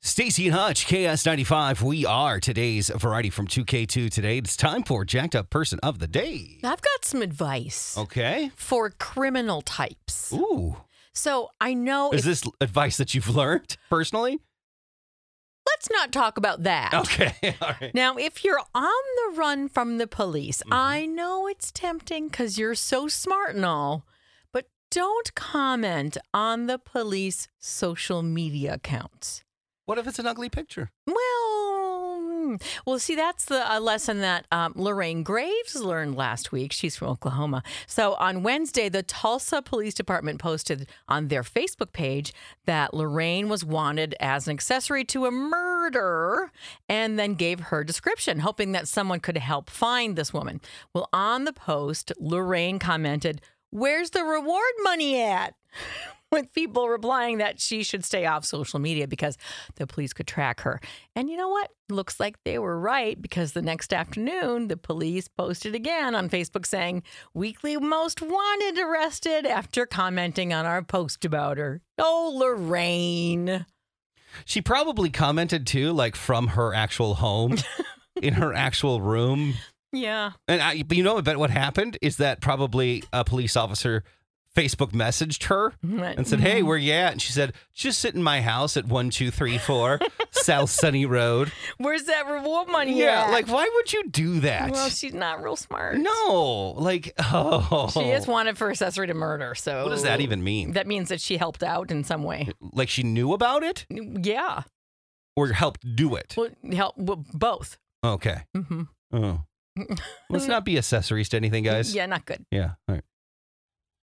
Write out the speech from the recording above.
Stacy and Hutch, KS95. We are today's variety from 2K2 today. It's time for Jacked Up Person of the Day. I've got some advice Okay. for criminal types. Oh. Ooh. So I know. Is if- this advice that you've learned personally? let's not talk about that. Okay. All right. Now, if you're on the run from the police, Mm-hmm. I know it's tempting because you're so smart and all, but don't comment on the police social media accounts. What if it's an ugly picture? Well, mm, well, see, that's the uh, lesson that um, Lorraine Graves learned last week. She's from Oklahoma. So on Wednesday, the Tulsa Police Department posted on their Facebook page that Lorraine was wanted as an accessory to a murder and then gave her description, hoping that someone could help find this woman. Well, on the post, Lorraine commented, Where's the reward money at? with people replying that she should stay off social media because the police could track her. And you know what? Looks like they were right because the next afternoon, the police posted again on Facebook saying, Weekly Most Wanted arrested after commenting on our post about her. Oh, Lorraine. She probably commented too, like from her actual home, in her actual room. Yeah. And I, but you know, I bet what happened is that probably a police officer Facebook messaged her and said, "Hey, where you at?" And she said, "Just sit in my house at one two three four South Sunny Road." Where's that reward money? at?" like why would you do that? well, she's not real smart. no, like oh, She is wanted for accessory to murder. So, What does that even mean? That means that she helped out in some way. like she knew about it Yeah. or helped do it? Well, help well, both. Okay. Mm-hmm. Oh, let's not be accessories to anything, guys. Yeah, not good. Yeah. All right.